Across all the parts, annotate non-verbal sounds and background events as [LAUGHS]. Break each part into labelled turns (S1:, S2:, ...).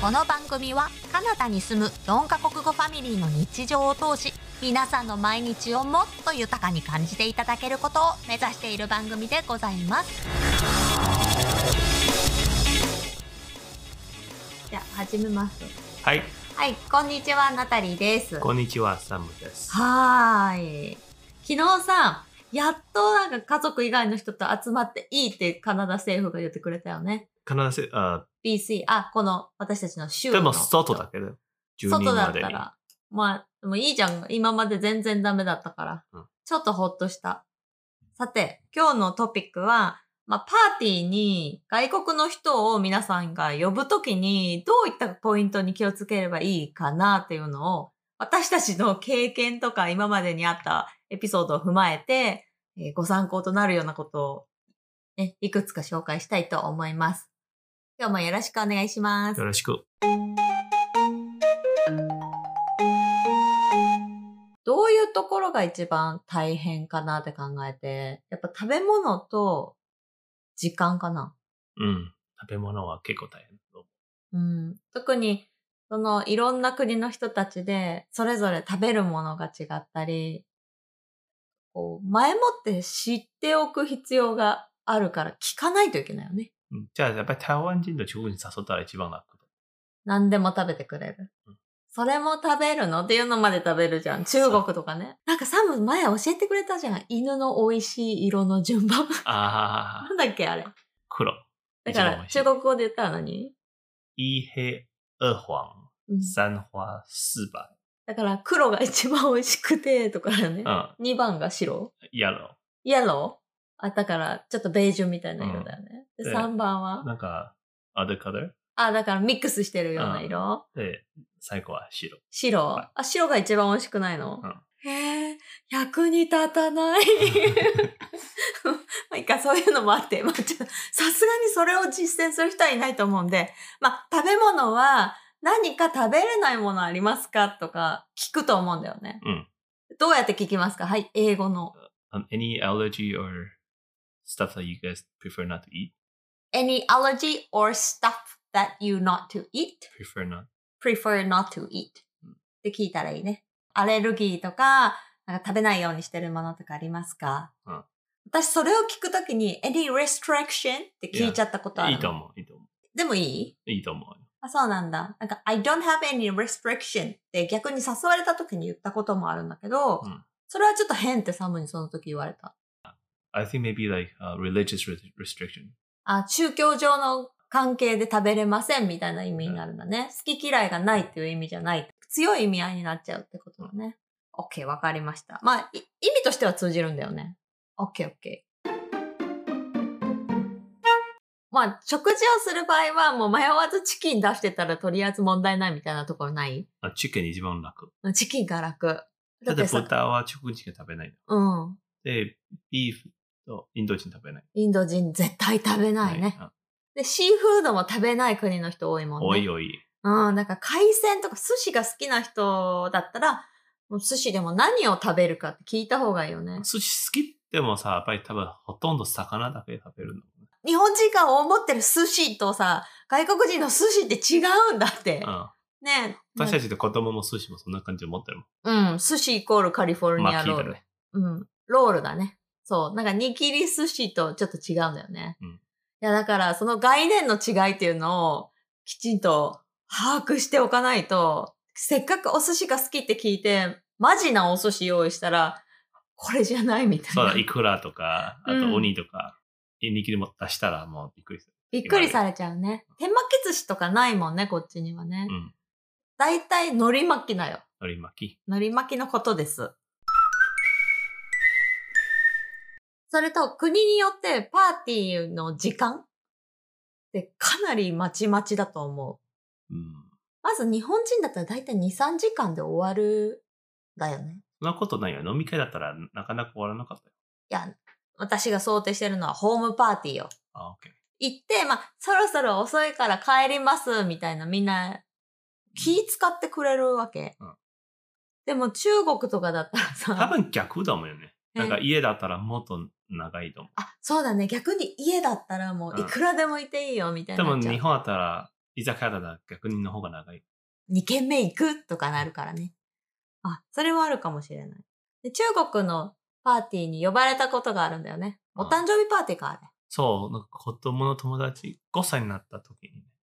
S1: この番組はカナダに住む4カ国語ファミリーの日常を通し皆さんの毎日をもっと豊かに感じていただけることを目指している番組でございますじゃあ始めます
S2: はい、
S1: はいこんにちはナタリーです
S2: こんにちは、サムです。
S1: はーい。昨日さ、やっとなんか家族以外の人と集まっていいってカナダ政府が言ってくれたよね。
S2: 必ず、あ
S1: BC、あ、この私たちの州の。
S2: でも外だけど、10人
S1: 外だ
S2: ま
S1: っ
S2: でに
S1: た。ら。まあ、でもいいじゃん。今まで全然ダメだったから。
S2: うん
S1: ちょっとほっとした。さて、今日のトピックは、まあ、パーティーに外国の人を皆さんが呼ぶときに、どういったポイントに気をつければいいかなっていうのを、私たちの経験とか今までにあったエピソードを踏まえて、えーご参考となるようなことを、ね、いくつか紹介したいと思います。今日もよろしくお願いします
S2: よ。ろしく。
S1: どういうところが一番大変かなって考えて、やっぱ食べ物と時間かな。
S2: うん。食べ物は結構大変。
S1: うん。特に、そのいろんな国の人たちで、それぞれ食べるものが違ったり、こう、前もって知っておく必要があるから聞かないといけないよね。
S2: うん、じゃあ、やっぱり台湾人と中国人誘ったら一番楽だ。
S1: 何でも食べてくれる
S2: うん。
S1: それも食べるのっていうのまで食べるじゃん。中国とかね。なんかサム前教えてくれたじゃん。犬の美味しい色の順番。 [LAUGHS]
S2: あ
S1: な
S2: あ、
S1: んだっけあれ。
S2: 黒。
S1: だから、中国語で言ったら何、
S2: 一黑、二黄、
S1: うん
S2: 三花、四白。
S1: だから、黒が一番美味しくて、とかだよね
S2: う。ん。
S1: 2番が白。
S2: やろ
S1: イエローあ、だから、ちょっとベージュみたいな色だよね。
S2: ん
S1: で、
S2: で
S1: 3番
S2: う。
S1: は
S2: なんか、アドカル
S1: あ、だからミックスしてるような色。
S2: で、最後は白。
S1: 白
S2: はい。
S1: あ、白が一番美味しくないの、
S2: うん
S1: へえ、役に立たない。 [LAUGHS] まあいいか、そういうのもあって、まあちょっと、さすがにそれを実践する人はいないと思うんで、まあ食べ物は何か食べれないものありますかとか聞くと思うんだよね。
S2: うん
S1: どうやって聞きますかはい、英語の。
S2: Um, any allergy or stuff that you guys prefer not to eat?
S1: Any allergy or stuff that you not to eat?
S2: Prefer not.
S1: prefer not to eat って聞いたらいいね。アレルギーとか、なんか食べないようにしてるものとかありますか、
S2: うん
S1: 私それを聞くときに any restriction って聞いちゃったことある
S2: い
S1: の。
S2: いと思う、いいと思。
S1: でもいいう
S2: いいと思う。
S1: あそうなんだ。なんか I don't have any restriction って逆に誘われたときに言ったこともあるんだけど、
S2: うん
S1: それはちょっと変ってサムにその時言われた。
S2: I think maybe like uh, religious re- restriction.
S1: あ、宗教上の関係で食べれませんみたいな意味になるんだね。好き嫌いがないっていう意味じゃない。強い意味合いになっちゃうってことだね。OK、わかりました。まあ、い意味としては通じるんだよね。OK、OK。まあ、食事をする場合は、もう迷わずチキン出してたらとりあえず問題ないみたいなところない
S2: あ、チキン一番楽。
S1: チキンが楽。だ
S2: だ
S1: っ
S2: ってて
S1: さ、
S2: 豚は中国人が食べない。
S1: うん。
S2: で、ビーフとインド人食べない。
S1: インド人絶対食べないね。
S2: はい。
S1: で、シーフードも食べない国の人多いもんね。
S2: おいおい。
S1: うん、なんか海鮮とか寿司が好きな人だったら、もう寿司でも何を食べるかって聞いた方がいいよね。
S2: 寿司好きでもさ、やっぱり多分ほとんど魚だけ食べるの。
S1: 日本人が思ってる寿司とさ、外国人の寿司って違うんだって。
S2: うん。
S1: ね
S2: 私たちと子供も寿司もそんな感じを持ってるもん。
S1: うん、寿司イコールカリフォルニ
S2: ま
S1: ア
S2: あ聞
S1: ロー
S2: いた
S1: ル。
S2: ね。
S1: うん、ロールだね。そう。なんか握り寿司とちょっと違うんだよね。
S2: うん
S1: いや、だからその概念の違いっていうのをきちんと把握しておかないと、せっかくお寿司が好きって聞いて、マジなお寿司用意したら、これじゃないみたいな。
S2: そうだ、イクラとか、あ
S1: うん
S2: とオニとか、イニキリも出したらもうびっくりする。
S1: びっくりされちゃうね。手巻き寿司とかないもんね、こっちにはね。
S2: うん。
S1: だいたい海苔巻きだよ。
S2: 海苔巻き。
S1: 海苔巻きのことです。それと、国によってパーティーの時間ってかなりまちまちだと思う。
S2: うん。
S1: まず日本人だったらだいたい2、3時間で終わるんだよね。
S2: そんなことないよ。飲み会だったらなかなか終わらなかったよ。
S1: いや、私が想定してるのはホームパーティーよ。
S2: あ、オッケー。
S1: 行って、まあ、そろそろ遅いから帰ります、みたいなみんな気使ってくれるわけ。
S2: うん
S1: でも中国とかだったらさ。
S2: 多分逆だもんよね。
S1: うん
S2: なんか家だったらもっと長いと思う。
S1: あ、そうだね。逆に家だったらもううんいくらでもいていいよみたい
S2: で
S1: にな
S2: も
S1: っちゃう。
S2: 日本だったら居酒屋だったら逆にの方が長い。
S1: 2軒目行くとかなるからね。あ、それはあるかもしれない。で中国のパーティーに呼ばれたことがあるんだよね。お誕生日パーティーか、あれ。
S2: そう、なんか子供の友達、5歳になった時に、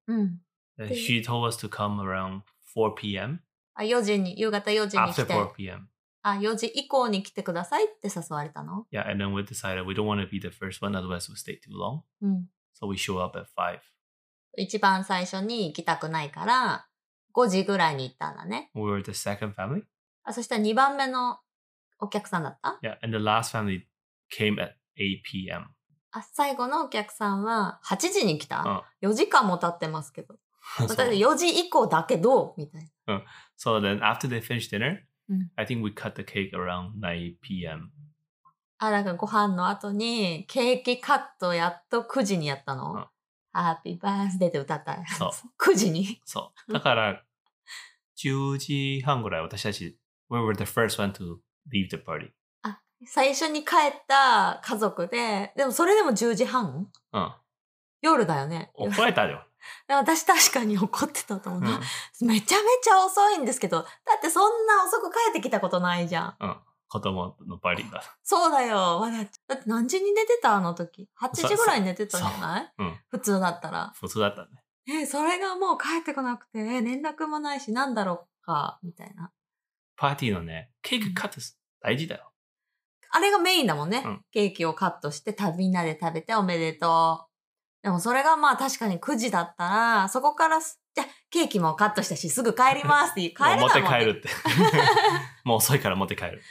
S1: うん。
S2: ね。
S1: で
S2: She told us to come around 4 p.m.
S1: あ、4時に、夕方4時に来
S2: after
S1: て、
S2: 4 p.m.
S1: あ、4時以降に来てくださいって誘われたの
S2: Yeah, and then we decided we don't want to be the first one, otherwise we'll stay too long.
S1: うん。
S2: So we show up at 5.
S1: 一番最初に行きたくないから、5時ぐらいに行ったんだね。
S2: We were the second family.
S1: あ、そしたら2番目のお客さんだった
S2: Yeah, and the last family came at 8 p.m.
S1: あ、最後のお客さんは8時に来た、
S2: Uh,
S1: ?4 時間も経ってますけど。
S2: [LAUGHS] so-
S1: 私4時以降だけど、みたいな。
S2: So then after they finished dinner,
S1: Mm.
S2: I think we cut the cake around 9 p.m.
S1: あ、なんかご飯の後にケーキカットやっと9時にやった
S2: う
S1: の
S2: ん。
S1: ハッピーバースデーって歌ったやつ [LAUGHS]
S2: そう
S1: 9時に
S2: So, だから、10時半ぐらい私たち we were the first one to leave the party.
S1: 最初に帰った家族で、でもそれでも10時半夜だよね。
S2: うん。怒られたよ。うん。
S1: 私確かに怒ってたと思うな。めちゃめちゃ遅いんですけど、だってそんな遅く帰ってきたことないじゃん。
S2: 子供のパーティーが。
S1: そうだよ、まだ。だって何時に寝てたあの時。8時ぐらいに寝てたんじゃない
S2: そううん
S1: 普通だったら。
S2: 普通だったね。
S1: え、それがもう帰ってこなくて、え連絡もないし、なんだろうか、みたいな。
S2: パーティーのね、ケーキカット大事だよ。
S1: あれがメインだもんね。
S2: うん
S1: ケーキをカットして、たみんなで食べておめでとう。でもそれがまあ確かに9時だったら、そこからす、じゃあケーキもカットしたし、すぐ帰りますって言う、帰れないもん、ね、 [LAUGHS]
S2: もう持って帰るって。 [LAUGHS] もう遅いから持って帰る。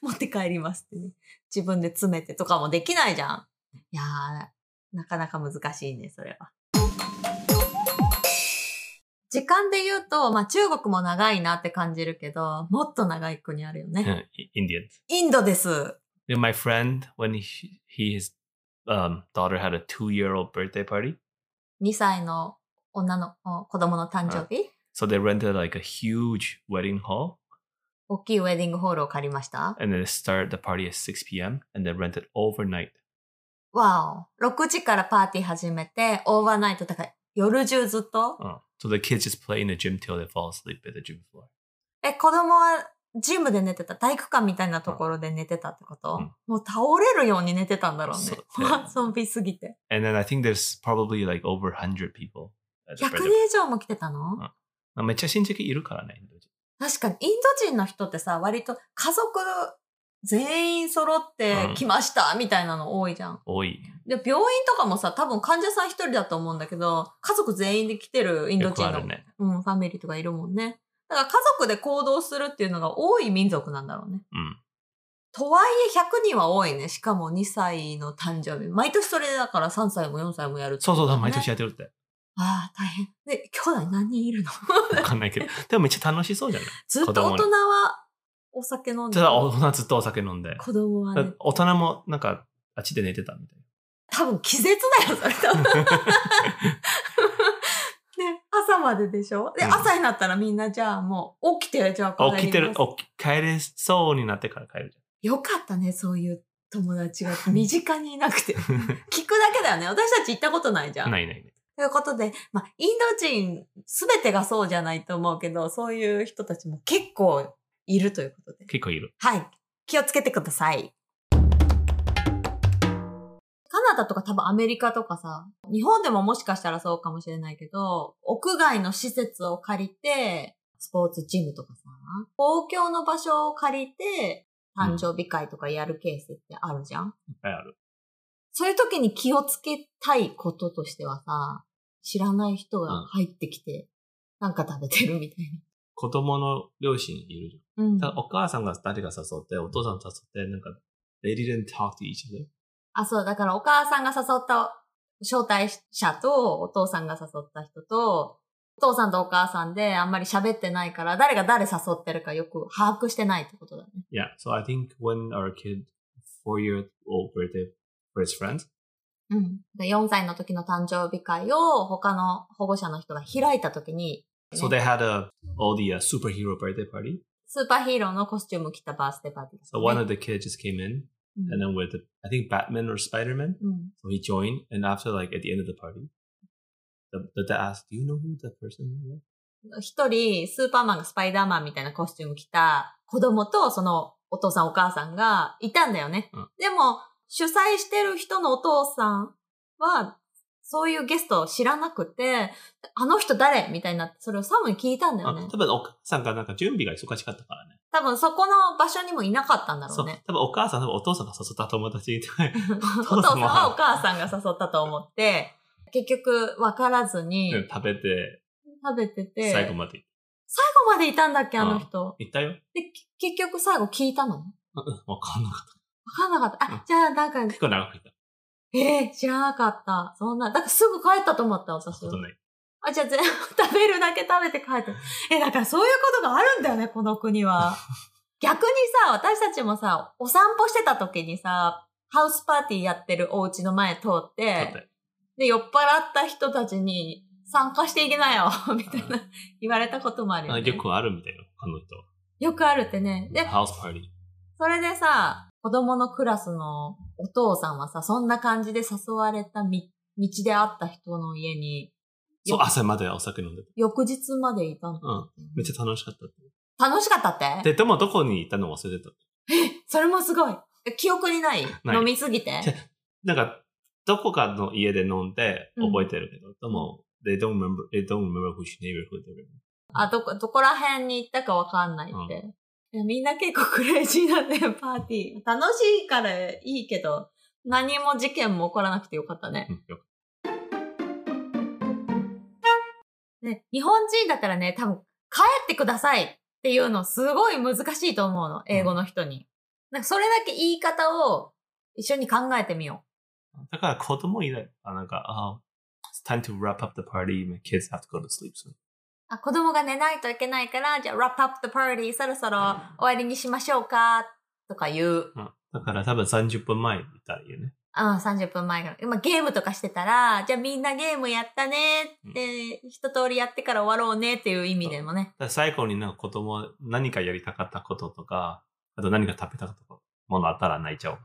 S1: 持って帰りますってね。自分で詰めてとかもできないじゃん。いやー、なかなか難しいね、それは。時間で言うと、まあ中国も長いなって感じるけど、もっと長い国あるよね。
S2: うん、I- Indian.
S1: インドです。
S2: Then my friend, when he, he his um, daughter had a two-year-old birthday party,
S1: 2歳の女のお子供の誕生日、
S2: so they rented like a huge wedding hall
S1: 大きいウェディングホールを借りました。
S2: and then started the party at 6 p.m. and then rented overnight.
S1: わお。6時からパーティー始めて、オーバーナイト、だから夜中ずっと。
S2: Uh, so the kids just play in the gym till they fall asleep at the gym floor.
S1: え、子供はジムで寝てた、体育館みたいなところで寝てたってこと、
S2: うん
S1: もう倒れるように寝てたんだろうね。
S2: そう
S1: [LAUGHS] 遊びすぎて。
S2: And then I think there's probably like over 100 people
S1: 100
S2: at the
S1: 人
S2: birthday.
S1: 以上も来てたの、
S2: うんまあめっちゃ親戚いるからね。インド人
S1: 確かに、インド人の人ってさ、割と家族全員揃って来ました、みたいなの多いじゃん。
S2: 多い。
S1: で、病院とかもさ、多分患者さん一人だと思うんだけど、家族全員で来てるインド
S2: よく
S1: 人
S2: あ
S1: の、
S2: るね。
S1: うん、ファミリーとかいるもんね。だから家族で行動するっていうのが多い民族なんだろうね。
S2: うん。
S1: とはいえ100人は多いね。しかも2歳の誕生日。毎年それだから3歳も4歳もやるって
S2: そうそう、
S1: ことだね
S2: 毎年やってるって。
S1: ああ、大変。で、兄弟何人いる
S2: [LAUGHS]
S1: の
S2: わかんないけど。でもめっちゃ楽しそうじ
S1: [LAUGHS]
S2: ゃない
S1: ずっと
S2: 子
S1: 大
S2: 供ね
S1: 人はお酒飲んで
S2: ただ大人ずっとお酒飲ん
S1: [LAUGHS]
S2: で。
S1: 子供はね、
S2: 大人もなんかあっちで寝てたみたい
S1: 多分気絶だよ、それ多
S2: [LAUGHS]
S1: 分。ね、朝まででしょで、
S2: うん
S1: 朝になったらみんなじゃあもう起きて、じゃあ
S2: な。起きてる、
S1: 帰ります
S2: 起き帰れそうになってから帰るじ
S1: よかったね、そういう友達が身近にいなくて。聞
S2: ゃ
S1: [LAUGHS] くだけだよね。私たち行ったことないじゃ
S2: ん。
S1: ん。
S2: ないないない。
S1: ということで、まあ、インド人すべてがそうじゃないと思うけど、そういう人たちも結構いるということで。
S2: 結構いる。
S1: はい。気をつけてください。カナダとか多分アメリカとかさ、日本でももしかしたらそうかもしれないけど、屋外の施設を借りて、スポーツジムとかさ、公共の場所を借りて、誕生日会とかやるケースってあるじゃん、
S2: いっぱいある。
S1: そういう時に気をつけたいこととしてはさ、知らない人が入ってきて、なんか食べてるみたい
S2: 子供の両親いるじゃん。
S1: な。うん。
S2: だからお母さんが誰が誘って、お父さん誘って、なんか、they didn't talk to each other.
S1: あ、そう、だからお母さんが誘った招待者と、お父さんが誘った人と、お父さんとお母さんであんまり喋ってないから、誰が誰誘ってるかよく把握してないってことだね。
S2: Yeah, so I think when our kid, four year old birthday for his friends,
S1: うん。4歳の時の誕生日会を他の保護者の人が開いた時に、
S2: so they had a, all the uh, superhero birthday party.
S1: スーパーヒーローのコスチューム着たバースデーパーティーだった
S2: So
S1: ね
S2: one of the kids just came in
S1: うん
S2: and then with, the, I think Batman or Spider-Man.
S1: うん
S2: So he joined and after like at the end of the party, The, the dad asked, "Do you know who the person was?"
S1: 一人、スーパーマンがスパイダーマンみたいなコスチューム着た子供と、そのお父さんお母さんがいたんだよね。
S2: うん
S1: でも、主催してる人のお父さんは、そういうゲストを知らなくて、あの人誰みたいになって、それをサムに聞いたんだよね
S2: あ。Ah, 多分お母さんがなんか準備が忙しかったからね。
S1: 多分そこの場所にもいなかったんだろ
S2: そうう
S1: ね。。
S2: 多分お母さん、多分お父さんが誘った友達いて。
S1: お父さんはお母さんが誘ったと思って、結局分からずに
S2: 食べて、
S1: 食べてて、
S2: 最後まで
S1: 最後までいたんだっけ、あの人。
S2: 行ったよ。
S1: で、き結局最後聞いたの
S2: うんわかんなかった。
S1: わかんなかった。
S2: うん
S1: あ、じゃあなんか、
S2: 結構長く行った。
S1: ええ知らなかった。そんな、だからすぐ帰ったと思った、私
S2: こ。とない。
S1: あ、じゃあ全部 [LAUGHS] 食べるだけ食べて帰った。え、だからそういうことがあるんだよね、この国
S2: [LAUGHS]
S1: は。逆にさ、私たちもさ、お散歩してた時にさ、ハウスパーティーやってるお家の前通っ
S2: だ
S1: て
S2: っ、て
S1: で、酔っ払った人たちに参加していけなよ、みたいな言われたこともあるよ、
S2: あ
S1: ね。
S2: よくあるみたいな、他の人は。
S1: よくあるってね。で、
S2: ハウスパーティー。
S1: それでさ、子供のクラスのお父さんはさ、そんな感じで誘われたみ道で会った人の家に、
S2: そう、
S1: よ
S2: 朝までお酒飲んでて。
S1: 翌日までいたの。
S2: うん。めっちゃ楽しかったって。
S1: 楽しかったって
S2: で、でもどこに行ったの忘れてた。
S1: それもすごい。え記憶にない
S2: ない
S1: 飲みすぎて。
S2: じゃなんか、どこかの家で飲んで
S1: うん
S2: 覚えてるけど、でも、they don't remember, they don't remember which neighborhood they were in.
S1: あ、どこ、どこら辺に行ったかわかんないって。いやみんな結構クレイジーなんだよ、パーティー。楽しいからいいけど、何も事件も起こらなくてよかったね。
S2: うんよ
S1: ね、日本人だったらね、多分、帰ってくださいっていうのすごい難しいと思うの、英語の人に。なんかそれだけ言い方を一緒に考えてみよ
S2: だから子供いない。あ、なんか、あ、it's time to wrap up the party, my kids have to go to sleep soon.
S1: う。あ、子供が寝ないといけないから、じゃあ、wrap up the party そろそろ終わりにしましょうか、とか言う。
S2: うん。だから多分30分前に行ったらいいよね。
S1: うん、30分前から。まあ、ゲームとかしてたら、じゃあみんなゲームやったねって、一通りやってから終わろうねっていう意味でもね
S2: だ。から最後になんか子供は何かやりたかったこととか、あと何か食べたかったものあったら泣いちゃおう。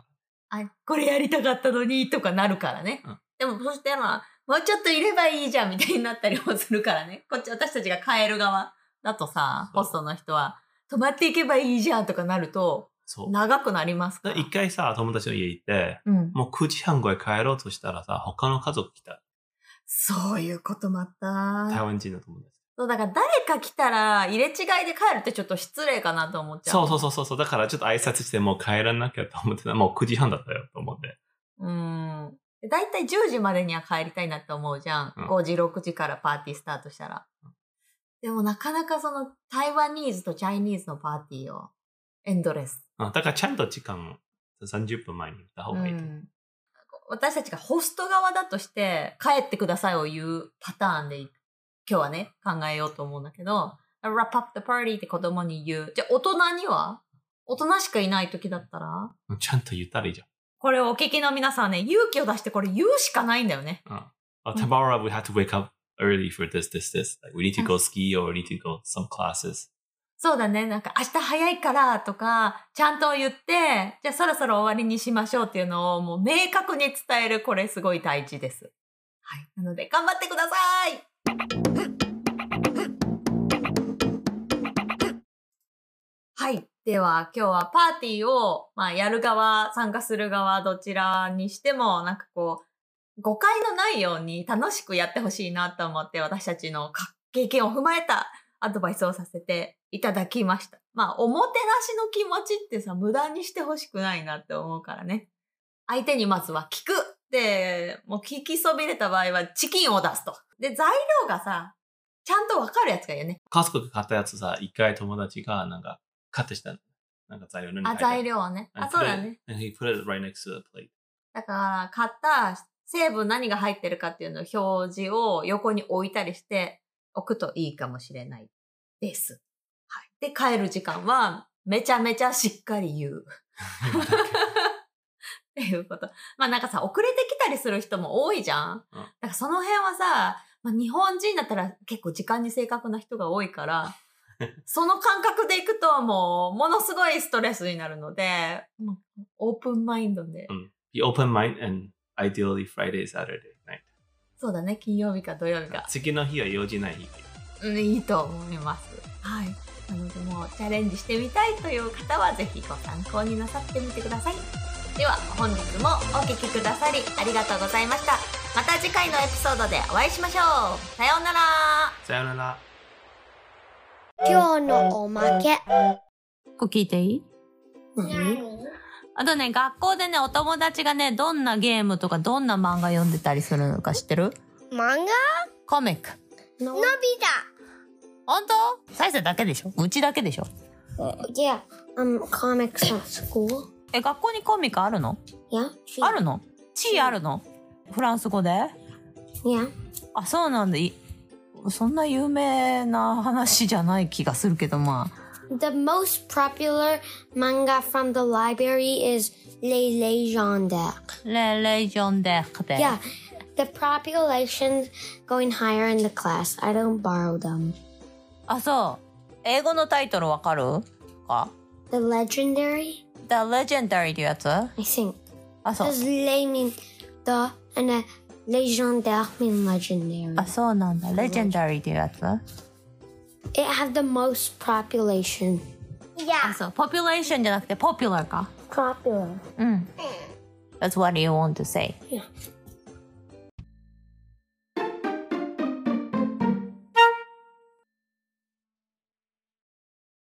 S1: あ、これやりたかったのにとかなるからね。
S2: うん
S1: でも、そしたら、もうちょっといればいいじゃんみたいになったりもするからね。 [LAUGHS] こっち、私たちが帰る側だとさ、
S2: そう
S1: ホストの人は、泊まっていけばいいじゃんとかなると、
S2: そう。
S1: 長くなりますから
S2: だから一回さ、友達の家行って、
S1: うん。
S2: もう9時半ぐらい帰ろうとしたらさ、他の家族来た。
S1: そういうことま
S2: 台
S1: た。
S2: 湾人の友達。
S1: そう、だから誰か来たら、入れ違いで帰るってちょっと失礼かなと思っちゃう。
S2: そうそうそうそう。だからちょっと挨拶してもう帰らなきゃと思ってた。もう9時半だったよと思って。
S1: うん。だいたい10時までには帰りたいなって思うじゃん。
S2: うん
S1: 5時、6時からパーティースタートしたら。でもなかなかその台湾ニーズとチャイニーズのパーティーをエンドレス。
S2: うんだからちゃんと時間を30分前に行った方がいいと思う。
S1: うん私たちがホスト側だとして帰ってくださいを言うパターンで今日はね考えようと思うんだけど、wrap up the party って子供に言う。じゃあ大人には大人しかいない時だったら
S2: うんちゃんと言ったらいいじ
S1: これをお聞きの皆さんはね、勇気を出してこれ言うしかないんだよね。
S2: ゃん。うんあ tomorrow we have to wake up early for this, this, this. Like, we need to go ski or we need to go some classes.
S1: そうだね。なんか明日早いからとか、ちゃんと言って、じゃあそろそろ終わりにしましょうっていうのをもう明確に伝える、これすごい大事です。はい。なので頑張ってくださいはい。では今日はパーティーを、まあやる側、参加する側、どちらにしても、なんかこう、誤解のないように楽しくやってほしいなと思って、私たちのか経験を踏まえたアドバイスをさせていただきました。まあ、おもてなしの気持ちってさ、無駄にしてほしくないなって思うからね。相手にまずは聞くで、もう聞きそびれた場合はチキンを出すと。で、材料がさ、ちゃんとわかるやつがいいよね。
S2: 家族が買ったやつさ、一回友達がなんか買ってきたの。なんか材料何
S1: あ、材料をね。あ、そうだね。。
S2: And he put it right next to the plate.
S1: だから、買った成分何が入ってるかっていうのを表示を横に置いたりしておくといいかもしれないです。はい。で、帰る時間はめちゃめちゃしっかり言う。っていうこと。まあなんかさ、遅れてきたりする人も多いじゃん。
S2: う
S1: だ
S2: ん
S1: からその辺はさ、まあ、日本人だったら結構時間に正確な人が多い
S2: [LAUGHS]
S1: から、その感覚でいくともうものすごいストレスになるので、もうオープンマインドで
S2: Be open mind and ideally Friday, Saturday night.
S1: そうだね、金曜日か土曜日か。
S2: 次の日は用事ない日。
S1: うん、いいと思います。はい。なので、もうチャレンジしてみたいという方は、ぜひご参考になさってみてください。では、本日もお聞きくださり、ありがとうございました。また次回のエピソードでお会いしましょう。さようなら。
S2: さよなら。
S3: 今日のおまけ。
S1: こ聞いていい
S3: 何
S1: あとね、学校でね、お友達がね、どんなゲームとかどんな漫画読んでたりするのか知ってる
S3: 漫
S1: コミック。
S3: 画のび
S1: 本当サイズだけでしょうちだけでしょ
S3: 太 Yeah, um, comics at school.
S1: え、学校にコミックあるの
S3: Yeah.
S1: あるの地位あるのフランス語で
S3: Yeah.
S1: あ、そうなんだ。いそんな有名な話じゃない気がするけど、まあ。
S3: The most popular manga from the library is Les Légendaires.
S1: レレジョンデクで。
S3: Yeah. The population going higher in the class. I don't borrow them.
S1: あ、そう。英語のタイトルわかるか
S3: The legendary,
S1: ?The Legendary っていうやつあ、
S3: I think.
S1: そう。
S3: Does les mean the and a légendaire mean legendary?
S1: あ、そうなんだ。Legendary っていうやつ
S3: It have the most population.
S1: あ、
S3: Yeah.
S1: そう。Population じゃなくて Popular か。
S3: Popular.
S1: うん。That's what you want to say.
S3: Yeah.